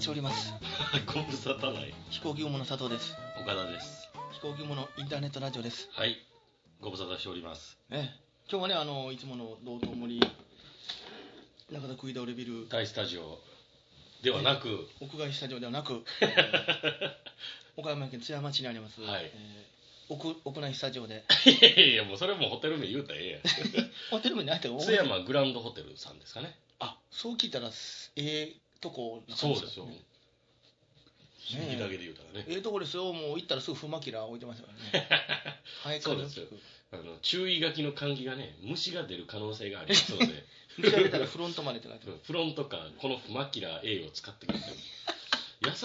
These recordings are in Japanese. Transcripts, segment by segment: しております ご無沙汰ない。飛行機雲の佐藤です岡田です。飛行機雲のインターネットラジオですはい。ご無沙汰しております。ね今日はねあのいつもの道頓堀中田食い倒れビル大スタジオではなく、屋外スタジオではな く岡山県津山町にあります、はいえー屋屋内スタジオでいやいやもうそれもうホテル名言うたらええホテル名ないけやどん。津山グランドホテルさんですかね。あそう聞いたらええとこなそ感うじですよ。ね響きだけで言うたらね。ええとこですよもう行ったらすぐフマキラ置いてますよねはい そうですよあの注意書きの換気がね、虫が出る可能性がありますので、見られたらフロントまでってなってうまんフロントか、このマキラ A を使ってください。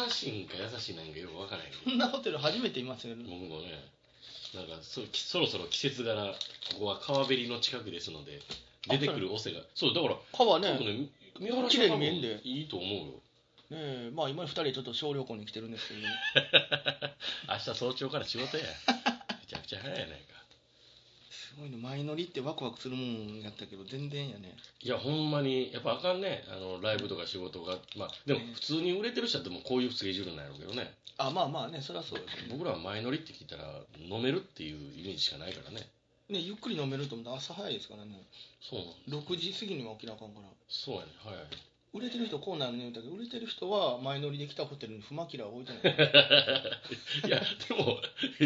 優しいんか優しいなんかよくわからへんけすそんなホテル初めていますよど。ね僕もね、なんかそきそろそろ季節柄、ここは川べりの近くですので、出てくるオセが、そう、だから、川ね多分ね、見晴らし綺麗に見えんでいいと思うよ。ねえまあ今二人ちょっと小旅行に来てるんですけど、ね、明日早朝から仕事や。めちゃくちゃ早いやないか。すごいね前乗りってワクワクするもんやったけど全然やねいや、ほんまに、やっぱあかんね、あのライブとか仕事が、まあ、でもね、普通に売れてる人はでもこういうスケジュールなんやろうけどね、あまあまあねそりゃそうですよね僕らは前乗りって聞いたら、飲めるっていうイメージしかないからね、ねゆっくり飲めると思ったら朝早いですからねそうなん6時過ぎには起きなあかんからそうやね、はい。売れてる人こうなるね言うたけど売れてる人は前乗りで来たホテルにフマキラは置いてない いや、でも、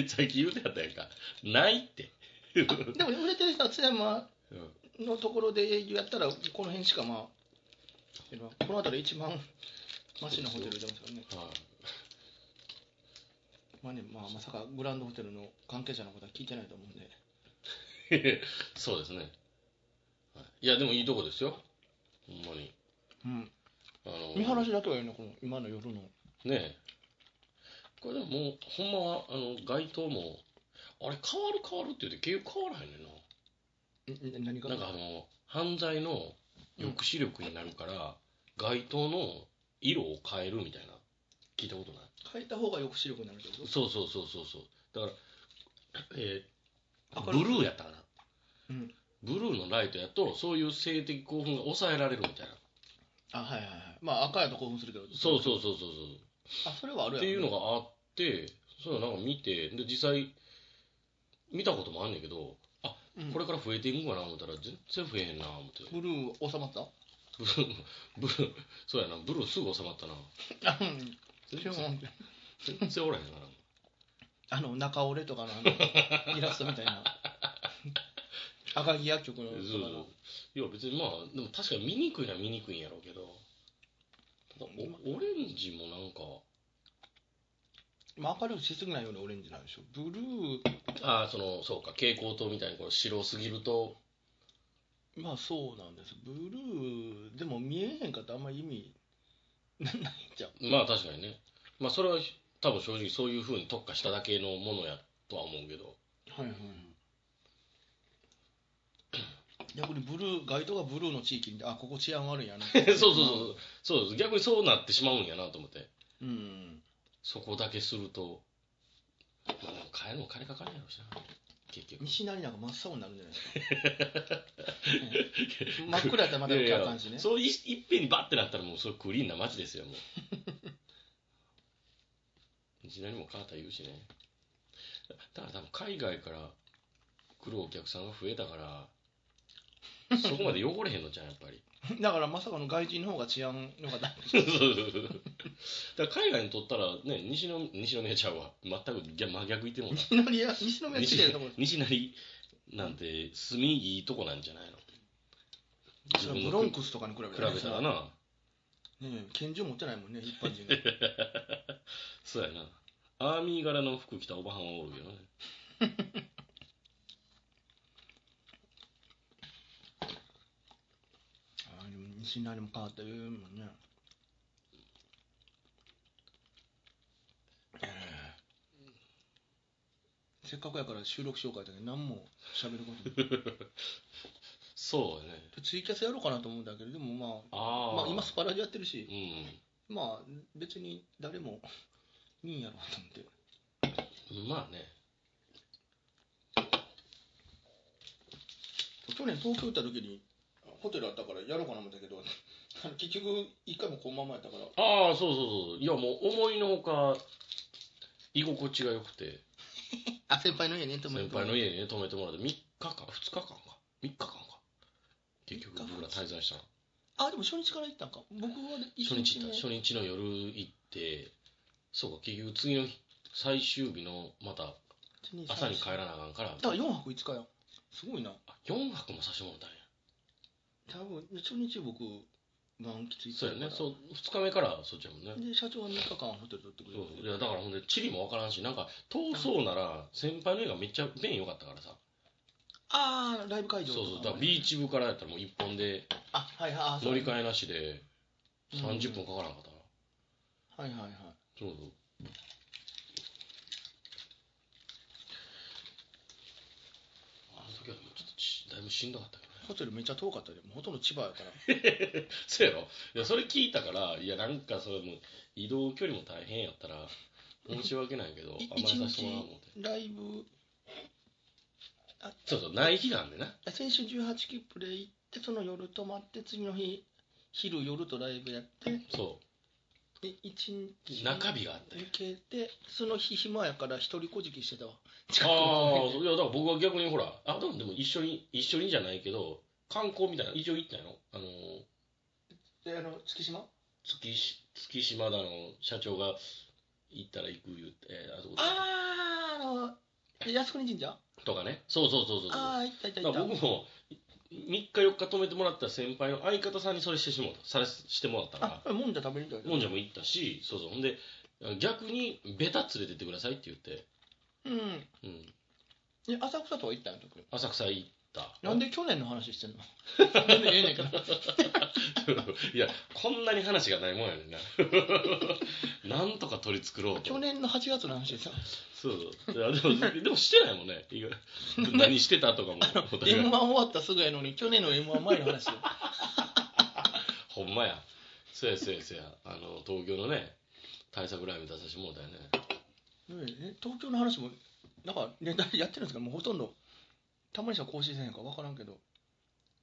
さっき言うてはったやんか、ないって。でもね売れてる人は津山うんのところでやったらこの辺しかまあこの辺り一番マシなホテル出ますからねはいまあね、まあ、まさかグランドホテルの関係者のことは聞いてないと思うんでそうですね。はい、いや、でもいいとこですよ。ほんまに。うんあの見晴らしだけはいいねこの今の夜のねえ。これでももう、ほんまは、あの、街灯も、あれ、変わる変わるって言って、結局変わらへんねんな。んん何かなんかあの、犯罪の抑止力になるから、街灯の色を変えるみたいな、聞いたことない変えた方が抑止力になるってことそうそうそうそうそう。だから、えー明ブるルーやったかな。うんブルーのライトやと、そういう性的興奮が抑えられるみたいあな。はいはいはいまあ赤やと興奮するけどそううそうそうそうそう。あそれはあるやろっていうのがあってそういうのなんか見てで実際見たこともあんねんけどあうんこれから増えていくんかな思ったら全然増えへんな思ってブルー収まったブルーブルーそうやなブルーすぐ収まったなあうん全でも然全然おらへんなあの中折れとかのあ のイラストみたいな赤木薬局のとそかのうそういや別にまあでも確かに見にくいのは見にくいんやろうけどただおオレンジもなんかまあ、明るくしすぎないようにオレンジなんでしょブルああそのそうか蛍光灯みたいにこう白すぎるとーまあそうなんですブルーでも見えへんかったらあんまり意味なないんちゃうまあ確かにねまあそれは多分正直そういうふうに特化しただけのものやとは思うけどはいはい逆にブルー街灯がブルーの地域にあここ治安悪いんやな そうそうそうそうです逆にそうなってしまうんやなと思ってうんそこだけすると、まあ、でも買えるのも金かかるやろうしな結局西成なんか真っ青になるんじゃないですか、ね 真っ暗やったらまだいやい受やかったんしねそういいっぺんにバッてなったらもうそれクリーンな街ですよもういきなりもカーター言うしねだから多分海外から来るお客さんが増えたからそこまで汚れへんのじゃんやっぱりだからまさかの外人の方が治安良かったそうそうそうそうだから海外にとったらね西の西の宮ちゃうわ全く逆真逆いってんもんな西成や西宮綺麗な西とこ西成なんて住みいいとこなんじゃないのそれはブロンクスとかに比べ比べたらなねえ拳銃持ってないもんね一般人がそうやなアーミー柄の服着たおばはんはおるけどねあでも西成も変わったよもんねせっかくやから収録しようかやったけど何も喋ること ないそうやねツイキャスやろうかなと思うんだけどでもまあああまあ、今スパラジオやってるうし、んまあ、別に誰もいいんやろうと思って。まあね去年東京行った時に、ホテルあったからやろうかな思ったけど、あの結局一回もこのままやったからああ、そうそうそう。いや、もう思いのほか、居心地が良くて、あ先輩の家ねと先輩の家にね、泊めてもらって、3日間、2日間か。3日間か。結局、三日間僕ら滞在したの。あでも初日から行ったんか僕はね一初日行目った。初日の夜行って、そうか、結局次の日、最終日の、また、一二三朝に帰らなあかんからだ、から4泊5日よすごいなあ4泊もさせてもらったんや。多分初日僕満喫行そうったやね。そう、2日目からそっちやもんね。で社長は3日間ホテル取ってくれそうていやだからほんで地理もわからんしなんか遠そうなら先輩の絵がめっちゃ便良かったからさああライブ会場そうとかそうだからビーチ部からやったらもう一本であはいはいあそう乗り換えなしでうん30分かからんかったな、はいはいはいそうそうあの時はもうちょっとしだいぶしんどかったけどねホテルめっちゃ遠かったでもうほとんど千葉やからそうやろいやそれ聞いたからいやなんかそれも移動距離も大変やったら申し訳ないけどいあんまりさせてもらおう思ってライブそうそうない日なんでなあ先週18切符で行ってその夜泊まって次の日昼夜とライブやってそで1日う中日があったよ抜けてその日暇やから一人こじきしてたわああ、そういや、だから僕は逆にほら、あ、でもでも一緒に、一緒にじゃないけど、観光みたいな、一応行ったんやろあのー、であの月島月し、月島だの、社長が行ったら行く言って、えーあそこあーあの靖国神社とかね。そうそうそうそうそう。ああー行った行っただから行った僕も、3日4日泊めてもらった先輩の相方さんにそれしてしもうた、されしてもらったかあもんじゃ食べに行ったら、もんじゃゃも行ったし、そうそう。ほんで、逆に、ベタ連れてってくださいって言って、うんうん、え浅草とは行ったんや特に浅草行った。なんで去年の話してんの全然ええねん からいや、こんなに話がないもんやねんな。 なんとか取り繕ろうと。去年の8月の話でさそうそう。いや、でも、でもしてないもんね。意外何してた とかも、お互 m 1い終わったすぐやのに去年の m 1前の話よほんまや。そうやそうやそうや。あの、東京のね、対策ライブ出させてもらったよね。え東京の話もなんかネタやってるんですかもうほとんどたまにしか更新せへんから分からんけど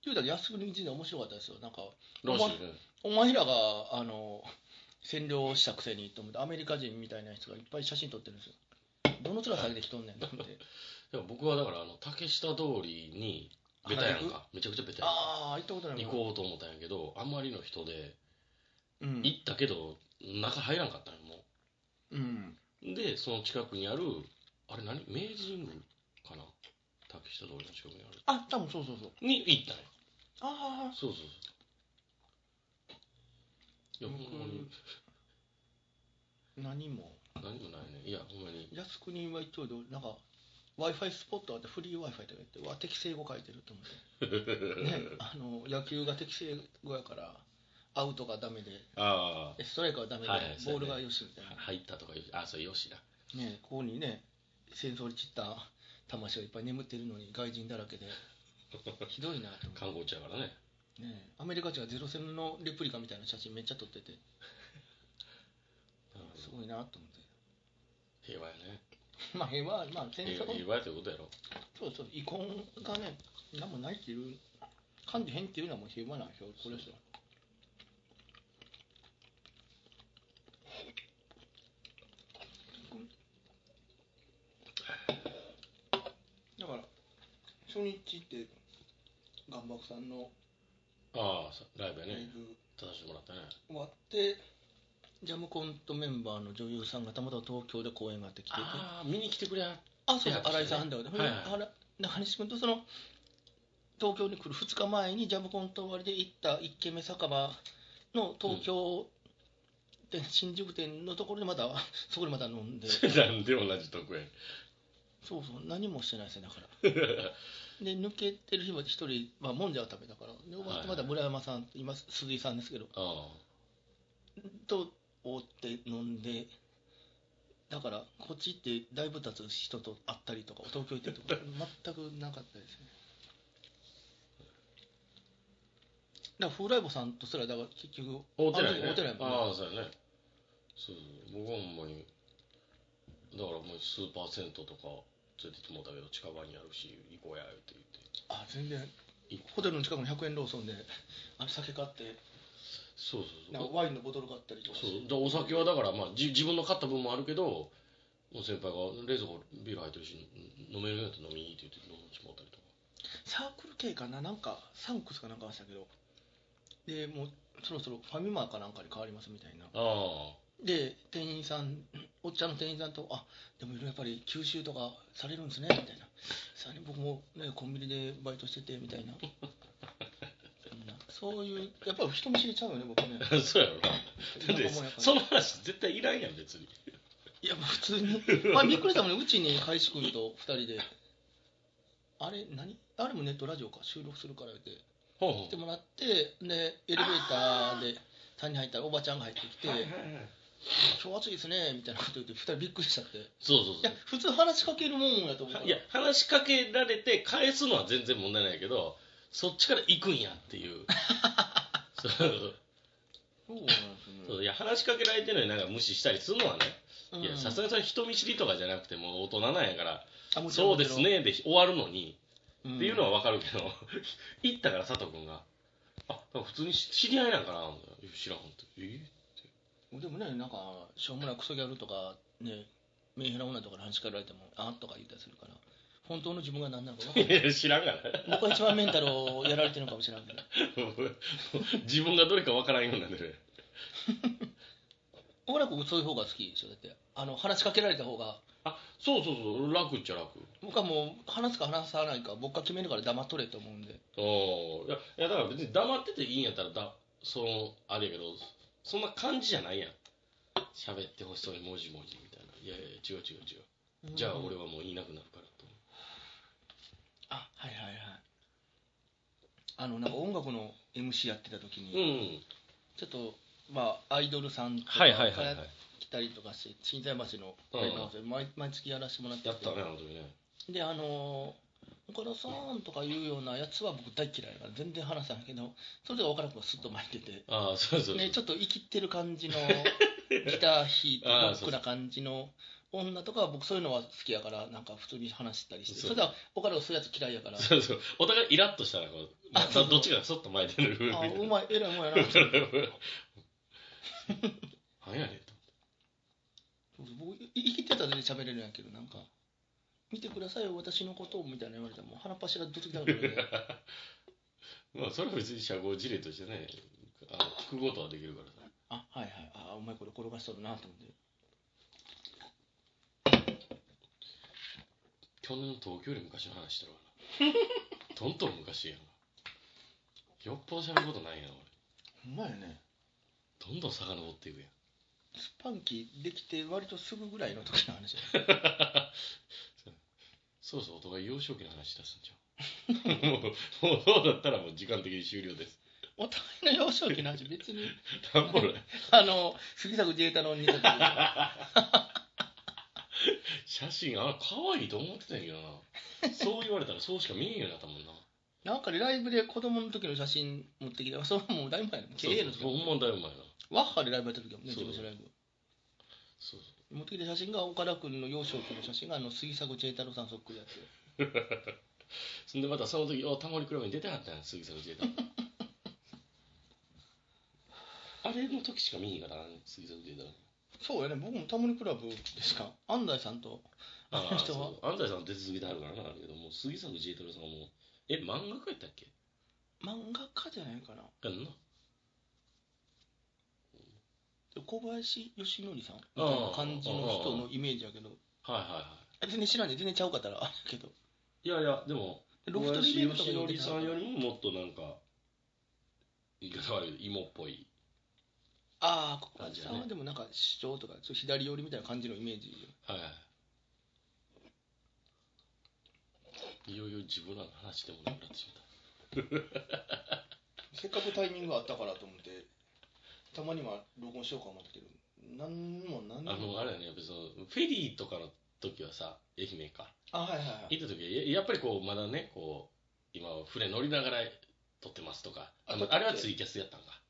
言うたら靖国神社面白かったですよなんからしいね。お前らがあの占領したくせにと思ってアメリカ人みたいな人がいっぱい写真撮ってるんですよどの面下げてきとんねんと思ってでも僕はだから、あの、竹下通りに、ベタやんか。めちゃくちゃベタやんか。ああ行ったことない行もんこうと思ったんやけど、あんまりの人で、うん行ったけど、中入らんかったんよ、もう。うんで、その近くにある、あれ何明治神宮かな竹下通りの近くにある。あ多分そうそうそうに行ったんよ。ああそうそうそう。いや、ほ僕んまに、何も何もないね。いや、ほんまに。靖国は一応どうなんか w i f i スポットあってフリー w i f i とか言ってうわ適正語書いてると思 って、ね、あの野球が適正語やからアウトがダメであストライクはダメで、はいはいそうボールやねがよしみたあい、入ったとかよし、あ、それよしな。な、ね、ここにね戦争に散った魂がいっぱい眠ってるのに外人だらけでひどいなと思観光地やからね。って、ね、アメリカ人はゼロ戦のレプリカみたいな写真めっちゃ撮っててすごいなと思って。平和やね。まあ平和、まあ戦平争和、平和やということやろ。そうそう、遺恨がね、なんもないっていう、感じ変っていうのはもう平和な表これですよ。だから、初日って、ガンバクさんのああ、さライブやライね。ブ出させてもらったね。終わって、ジャムコントメンバーの女優さんがたまたま東京で公演があって来てて、ああ、見に来てくれはっあ、そういそうや、新井さん判断で、はいはいほんであら中西君とその東京に来る2日前にジャムコント終わりで行った一軒目酒場の東京店、新宿店のところでまた、 そこでまた飲ん で、て。なんで同じとこや。そうそう、何もしてないですよ、だから。 で、抜けてる日まで一人、まあ、もんじゃを食べたから、で、終わってまた村山さん、今、鈴井さんですけど、あと追って飲んで、だから、こっち行ってだいぶ経つ人と会ったりとか、東京行ってとか、全くなかったですね。だから、風来坊さんとすら、だから結局、あ。会うてないね。あの時会うてないもんねああ、そうやね。そうそう。僕はほんまに、だからもうスーパー銭湯とか連れてってもうたけど、近場にあるし、行こうや、って言って。あ、全然、ホテルの近くの100円ローソンで、あれ、酒買って、そうそうなんそかうワインのボトルがあったりとかしてそうだお酒はだから、まあ、じ自分の買った分もあるけどもう先輩が冷蔵庫ビール入ってるし飲飲めるようになったら飲みにって言って飲んでしまったりとかサークル系かななんかサンクスかなんかでしたけどでもうそろそろファミマかなんかに変わりますみたいなあで店員さんおっちゃんの店員さんとあでもいろいろやっぱり吸収とかされるんですねみたいなさあね僕も、ね、コンビニでバイトしててみたいなうんそういうやっぱり人見知りちゃうよね僕ねあ そうやろなだってなんかもうやっぱりその話絶対いらんやん別にいやもう普通に、まあ、びっくりしたもんねうちに海士君と2人であれ何あれもネットラジオか収録するから言ってほう来ほてうもらってでエレベーターで谷に入ったらおばちゃんが入ってきてはいはい「はい今日暑いですね」みたいなこと言って2人びっくりしちゃっていそうそうそうや普通話しかけるもんやと思うからいや話しかけられて返すのは全然問題ないけどそっちから行くんやっていうそうそうなんですそねういや話しかけられてるのになんか無視したりするのはね、いやさすがにそれ人見知りとかじゃなくてもう大人なんやから「そうです、ね」で終わるのに、んっていうのは分かるけど 行ったから佐藤君が「あなんか普通に知り合いなんかな」みたいな知らんほんと「え でもねなんかしょうもないクソギャルとかねメンヘラ女とかに話しかけられても「あ」とか言ったりするから本当の自分が何なのか分かん ないいや知らんがな僕は一番メンタルをやられてるのかもしれないけど自分がどれか分からんようになってる小倉君そういう方が好きでしょだってあの話しかけられた方があそうそうそう楽っちゃ楽僕はもう話すか話さないか僕が決めるから黙っとれと思うんでおーいやいやだから別に黙ってていいんやったらだそのあれやけどそんな感じじゃないやん喋ってほしそうにもじもじみたいないやいや違う違う違う、じゃあ俺はもういなくなるからとあはいはいはいあのなんか音楽の MC やってた時うに、んちょっとまあアイドルさんとかはいはいはいはい来たりとかして心斎橋のライブハウスで毎毎月やらせてもらっててやったねあの時ねであのー岡田さんとかいうようなやつは僕大嫌いだから全然話さないけどそれで岡田君がスッと巻いてて、ああそうそうそう、ね、ちょっと生きてる感 じのギター弾いてロあーックな感じの女とかは僕そういうのは好きやからなんか普通に話したりしてそそうれでは岡田はそういうやつ嫌いやからそうそうお互いイラッとしたらこう、まああ そうそうどっちかがそっと巻いてるみあたいなうまい、えらいうまいな。何やねんと僕、い生きてたら全然喋れるんやけど、なんか、見てくださいよ、私のことをみたいな言われたら、もう鼻っ柱どつきたくなる。まあそれは別に社交辞令としてねあの聞くことはできるからさあ、はいはい、あ、うまい、これ転がしとるなと思って。去年の東京より昔の話してるわな どんどん昔やんよっぽど喋ることないやんほんまやね。俺どんどん遡っていくやんスパンキーできて、割とすぐぐらいの時の 話や。そうそうお互い幼少期の話出すんじゃんもう もうそうだったらもう時間的に終了ですお互いの幼少期の話、別に、なんぼないあの、杉作自衛太郎に似た時 写真あ可愛いと思ってたんやけどなそう言われたらそうしか見えんようになったもんななんかね、ライブで子供の時の写真持ってきて、それはもうだいぶ前やね。経営の時そうそうほんまだよ前なワッハでライブやった時やもんね、そう事務所ライブ。そうそ持ってきた写真が岡田君の幼少期の写真があの杉迫知太郎さんそっくりやってうそんでまたその時「おタモリクラブ」に出てはったんや杉作自 衛隊あれの時しか見えへんからね杉作自衛隊そうやね僕もタモリクラブでしか安西さんとああのあ 人はそう安西さんは出続けてはるからなあれけどもう杉作自衛隊さんはもうえ漫画家やったっけ漫画家じゃないかなやんなで小林よしのりさんみああたいな感じの人のイメージやけどはいはいは全然知らんね全然ちゃうかったらあれやけどいいやいやでもでロ小フトリ林ベントとかよし言のうてりたさんよりももっとなんか言い方悪いけど芋っぽいああ小感林じやさねんはでもなんか主張とかちょっと左寄りみたいな感じのイメージはいはいいよいよ自分らの話でもなくなってしまったせっかくタイミングがあったからと思ってたまには録音しようか思ってるなんもなんあの、あれやね、やっぱその、フェリーとかの時はさ、愛媛か。あはいはいはい行った時はや、やっぱりこう、まだね、こう、今、船乗りながら撮ってますとか。あのああれはツイキャスやったんか。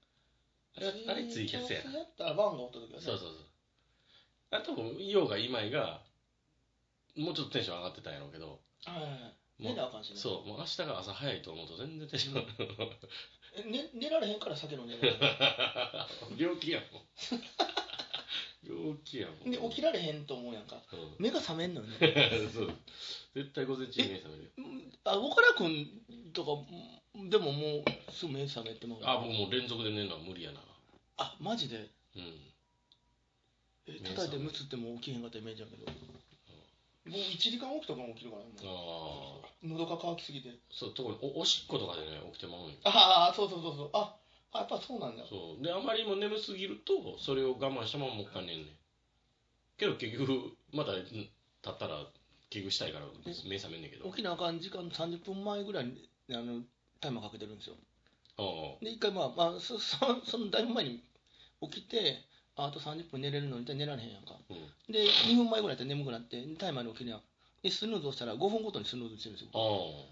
あれはあれツイキャスやな。やったら番号取った時はねそうそうそう。あと、ようが今井が、もうちょっとテンション上がってたんやろうけど、はいはいはいも寝なあかんしねそう、もう明日が朝早いと思うと全然テンション上がらんえね寝られへんから酒飲んでる 病気やもん 病気やもんで起きられへんと思うやんかうん目が覚めんのよ ねそう絶対午前中に目覚めるようんあ動からくんとかうんでももうすぐ目覚めてもうあ僕もう連続で寝るのは無理やなあマジでうんえ目叩い覚てめむつっても起きへんかったイメージやけどもう1時間起きとかも起きるからねああ喉が渇きすぎてそう特におおしっことかでね起きてまうんよああそうそうそうそうああやっぱそうなんだそうであまりにも眠すぎるとそれを我慢したままもう一回寝んねんけど結局またん立ったら結局したいから目覚めんねんけど起きなあかん時間の30分前ぐらいにあのタイマーかけてるんですよああで一回まあ、まあ、そ そそのだいぶ前に起きてああと30分寝れるのに寝られへんやんかうんで2分前ぐらいだったら眠くなってタイマーに起きるやんでスヌーズ押したら5分ごとにスヌーズしてるんですあよ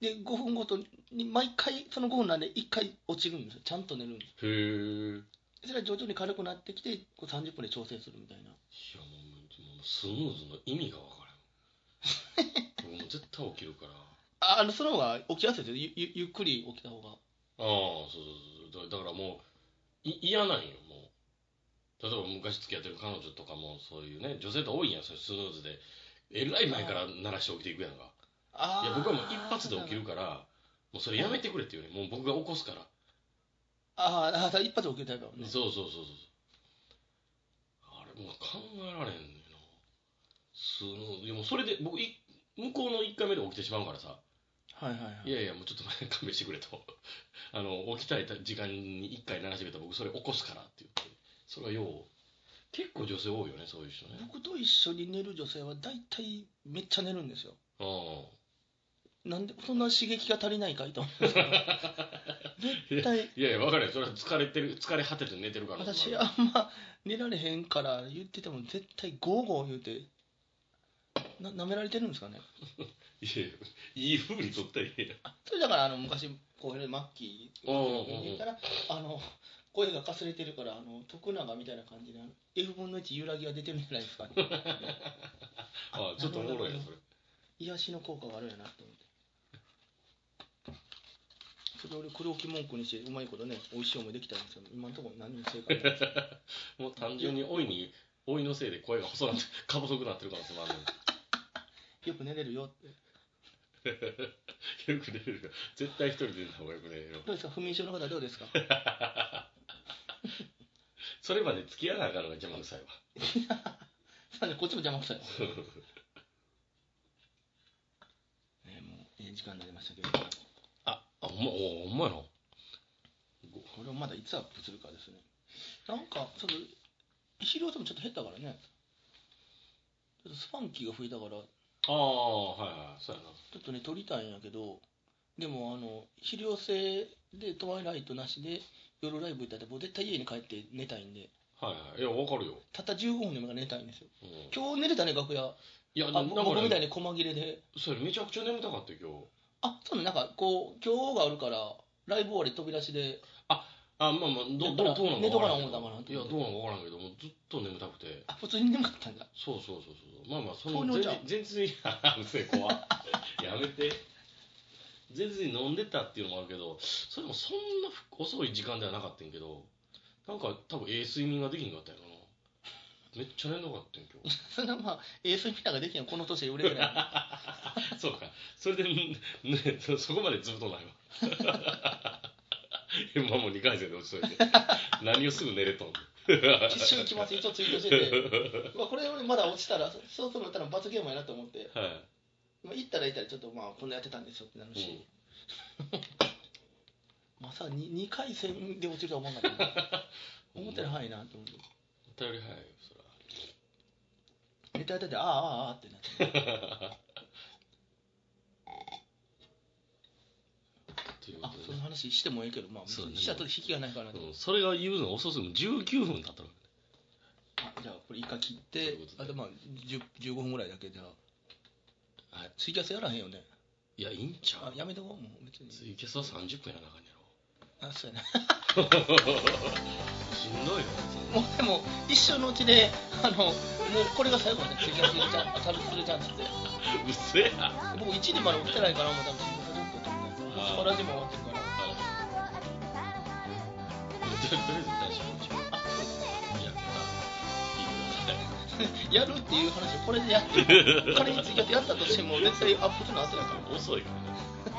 で5分ごとに毎回その5分なんで1回落ちるんですよちゃんと寝るんであへえすそれは徐々に軽くなってきてこう30分で調整するみたいないやもうもうスヌーズの意味が分からんもう絶対起きるからあああのその方が起きやすいですよゆゆゆっくり起きた方があそうそうそうだだからもうい嫌なんよもう例えば昔付き合ってる彼女とかもそういうね女性って多いやんそういうスヌーズでえらい前から鳴らして起きていくやんかあいーや僕はもう一発で起きるからもうそれやめてくれって言うねもう僕が起こすからあーあーだから一発で起きるタイプだもんねそうそうそうそうあれもう考えられへんねんなスヌーズいやもうそれで僕い向こうの1回目で起きてしまうからさはいはいはいいやいや、もうちょっと前勘弁してくれと。 あの、起きたい時間に一回鳴らしてくれたら僕それ起こすからって言って。それはよう、結構女性多いよね、そういう人ね。僕と一緒に寝る女性は大体めっちゃ寝るんですようん。なんでそんな刺激が足りないかいと思うんですけど 絶対いやいや、わかるよ。それは疲れてる、疲れ果てて寝てるから。私あんま寝られへんから言ってても絶対ゴーゴー言うてな舐められてるんですかねいやいや、いい風に取ったらいいやん。あそれだからあの昔こういうマッキーうんに言ったらあの声がかすれてるからあの徳永みたいな感じであの F 分の1揺らぎが出てるんじゃないですかねあちょっとおもろいな、それ。癒しの効果があるんやなと思ってそれ俺黒木文句にしてうまいことね美味しい思いできたんですけど今のところ何にも正解ない もう単純に老いに、老いのせいで声が細なって、か細くなってる可能性もあるのよく寝れるよってに。よく寝れるから絶対一人で寝た方がよく寝れるよ。どうですか不眠症の方はどうですかそれまで付き合わなあかんのが邪魔くさいわ。なんでこっちも邪魔くさいねえもうええ時間になりましたけどこあ、あ、ほんま、おほんまやな。れをまだいつアップするかですねなんかちょっと肥料ともちょっと減ったからねちょっとスパンキーが増えたからああ、はいはい、そうやな。ちょっとね、撮りたいんやけど、でも、あの、肥料制で、トワイライトなしで、夜ライブ行ったら、もう絶対家に帰って寝たいんで、はいはい。いや、わかるよ。たった15分でも寝たいんですよ。うん、い今日寝れたね、楽屋。あや、だぼ僕みたかいら、に細切れで。それめちゃくちゃ眠たかったよ、今日。あ、そうなの、なんか、こう、今日があるから、ライブ終わり飛び出しで、あ、まあまあ、どだうからどうどうなん寝かとわかなから思んうけたど。んかなと思っていや、どうなんかわからんけど、もうずっと眠たくて。あ、普通に眠かったんだ。 そうそうそうそう。まあまあ、そ糖の尿前じゃん日、前日に、 あうせえ、怖っ やめて。前日に飲んでたっていうのもあるけど、それもそんなふ遅い時間ではなかったんやけど、なんか多分ええ睡眠ができんかったんやろな。めっちゃ眠たかったんや今日。そんな、まあ、ええ睡眠なんかできんの、この年で売れてないのに。 そうか。それで、んね、そそこまでずっとないわ。 今もう2回戦で落ちと いて。何をすぐ寝れとんの。一瞬気まずいとツイートしてて、まあ、これ俺まだ落ちたら、そそうそうなったら罰ゲームやなと思って、はい。まあ、行ったら行ったら、ちょっとまあ、こんなやってたんですよってなるし。うんまさに2回戦で落ちるとは思わなかったな思ったより早いなと思ってお便り早いよ、そら。ネタやっててああああああってなってというこあとそで、のね。話してもいいけどまあそうねしたと引きがないかなと、うんそれが言うの遅すぎる19分だったのあじゃあこれ一回切ってそういあとうことでまあ10 15分ぐらいだけじゃあ、はいツイキャスやらへんよねいやいいんちゃあうやめとこうもう別にツイキャスは30分やらなあかんやろあそうやな しんどいよ もうでも一生のうちであのもうこれが最後ねツイキャスじゃんサルするじゃんっつってうっせえな僕1時まで起きてないからもう多分仕事どっかと思ってあースパラジも終わってるからあとりあえず大丈夫でしょうあそうですやった聞やるっていう話をこれでやっていてください彼についてやったとしても絶対アップとなってないから 遅いからね